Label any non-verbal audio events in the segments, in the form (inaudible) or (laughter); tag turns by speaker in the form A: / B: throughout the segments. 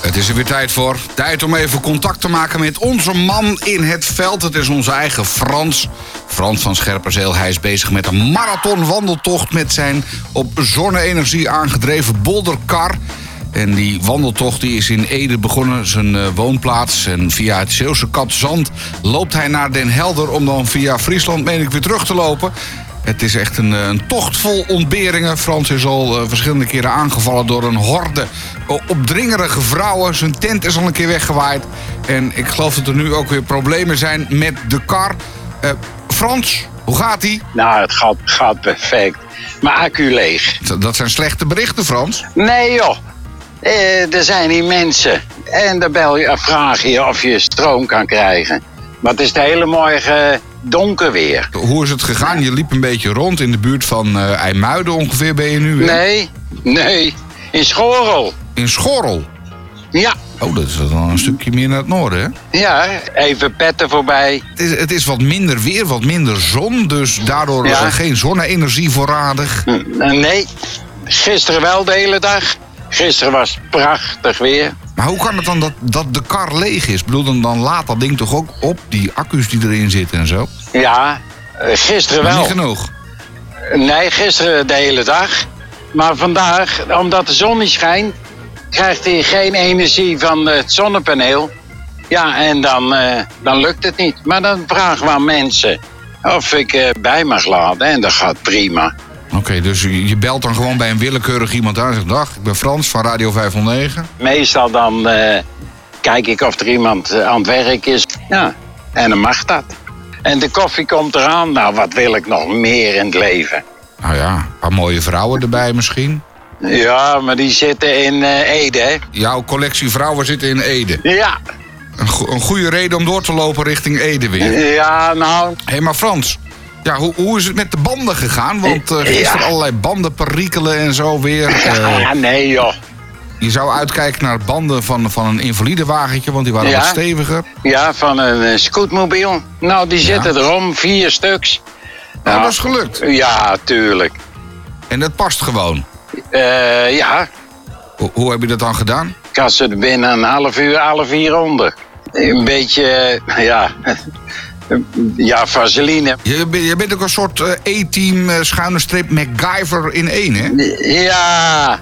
A: Het is er weer tijd voor. Tijd om even contact te maken met onze man in het veld. Het is onze eigen Frans. Frans van Scherpenzeel. Hij is bezig met een marathonwandeltocht met zijn op zonne-energie aangedreven bolderkar. En die wandeltocht die is in Ede begonnen, zijn eh, woonplaats. En via het Zeeuwse Katzand loopt hij naar Den Helder... om dan via Friesland, meen ik, weer terug te lopen. Het is echt een, eh, een tocht vol ontberingen. Frans is al eh, verschillende keren aangevallen door een horde eh, opdringerige vrouwen. Zijn tent is al een keer weggewaaid. En ik geloof dat er nu ook weer problemen zijn met de kar. Eh, Frans, hoe gaat die?
B: Nou, het gaat, gaat perfect. Mijn accu leeg.
A: Dat- Dat zijn slechte berichten, Frans.
B: Nee joh, Eh, er zijn die mensen. En dan bel je, vraag je of je stroom kan krijgen. Maar het is de hele morgen donker weer.
A: Hoe is het gegaan? Je liep een beetje rond in de buurt van eh IJmuiden ongeveer ben je nu. hè?
B: Nee, nee, in Schorel.
A: In Schorrel.
B: Ja,
A: Oh, dat is wel een stukje meer naar het noorden, hè?
B: ja, even petten voorbij.
A: Het is, het is wat minder weer, wat minder zon. Dus daardoor is
B: Ja.
A: er geen zonne-energie voorradig.
B: Hm, Nee, gisteren wel de hele dag. Gisteren was het prachtig weer.
A: Maar hoe kan het dan dat, dat de kar leeg is? Ik bedoel, dan, dan laat dat ding toch ook op, die accu's die erin zitten en zo?
B: Ja, eh, gisteren
A: Maar
B: wel.
A: Niet genoeg.
B: Nee, gisteren de hele dag. Maar vandaag, omdat de zon niet schijnt, krijgt hij geen energie van het zonnepaneel. Ja, en dan, eh, dan lukt het niet. Maar dan vragen we aan mensen of ik eh, bij mag laden. En dat gaat prima.
A: Oké, dus je je belt dan gewoon bij een willekeurig iemand aan en zegt... Dag, ik ben Frans van Radio 509.
B: Meestal dan eh, kijk ik of er iemand eh, aan het werk is. Ja, en dan mag dat. En de koffie komt eraan. Nou, wat wil ik nog meer in het leven?
A: Nou ja, een paar mooie vrouwen erbij misschien.
B: Ja, maar die zitten in eh, Ede, hè?
A: Jouw collectie vrouwen zitten in Ede.
B: Ja,
A: Een, go- een goede reden om door te lopen richting Ede weer. Hé,
B: ja, nou,
A: hey, maar Frans. Ja, hoe, hoe is het met de banden gegaan? Want eh, gisteren
B: Ja.
A: allerlei banden perikelen en zo weer. Eh,
B: Ah, nee joh.
A: je zou uitkijken naar banden van, van een invalide wagentje, want die waren
B: Ja.
A: wat steviger.
B: Ja, van een eh, scootmobiel. Nou, die zitten erom, vier stuks.
A: Nou,
B: Ja.
A: dat is gelukt.
B: Ja, tuurlijk.
A: En dat past gewoon.
B: Eh, ja,
A: Hoe, hoe heb je dat dan gedaan?
B: ik had ze er binnen een half uur, alle vier onder. Een beetje, eh, ja, (laughs) ja, vaseline.
A: Je, ben- je bent ook een soort eh, A-team eh, schuine streep MacGyver in één, hè?
B: Ja,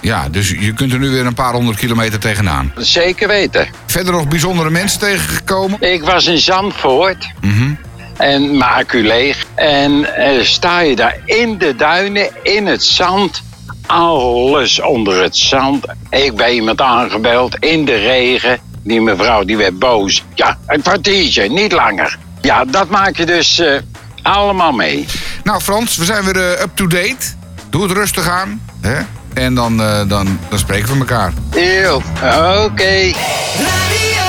A: Ja, dus je kunt er nu weer een paar honderd kilometer tegenaan.
B: zeker weten.
A: Verder nog bijzondere mensen tegengekomen.
B: Ik was in Zandvoort
A: Mhm.
B: en mijn accu leeg. En eh, sta je daar in de duinen, in het zand. Alles onder het zand. Ik ben iemand aangebeld in de regen. Die mevrouw die werd boos. Ja, een kwartiertje, niet langer. Ja, dat maak je dus eh, allemaal mee.
A: Nou Frans, we zijn weer eh, up-to-date. Doe het rustig aan. Hè? En dan, eh, dan, dan spreken we elkaar.
B: Eeuw, oké.
C: Radio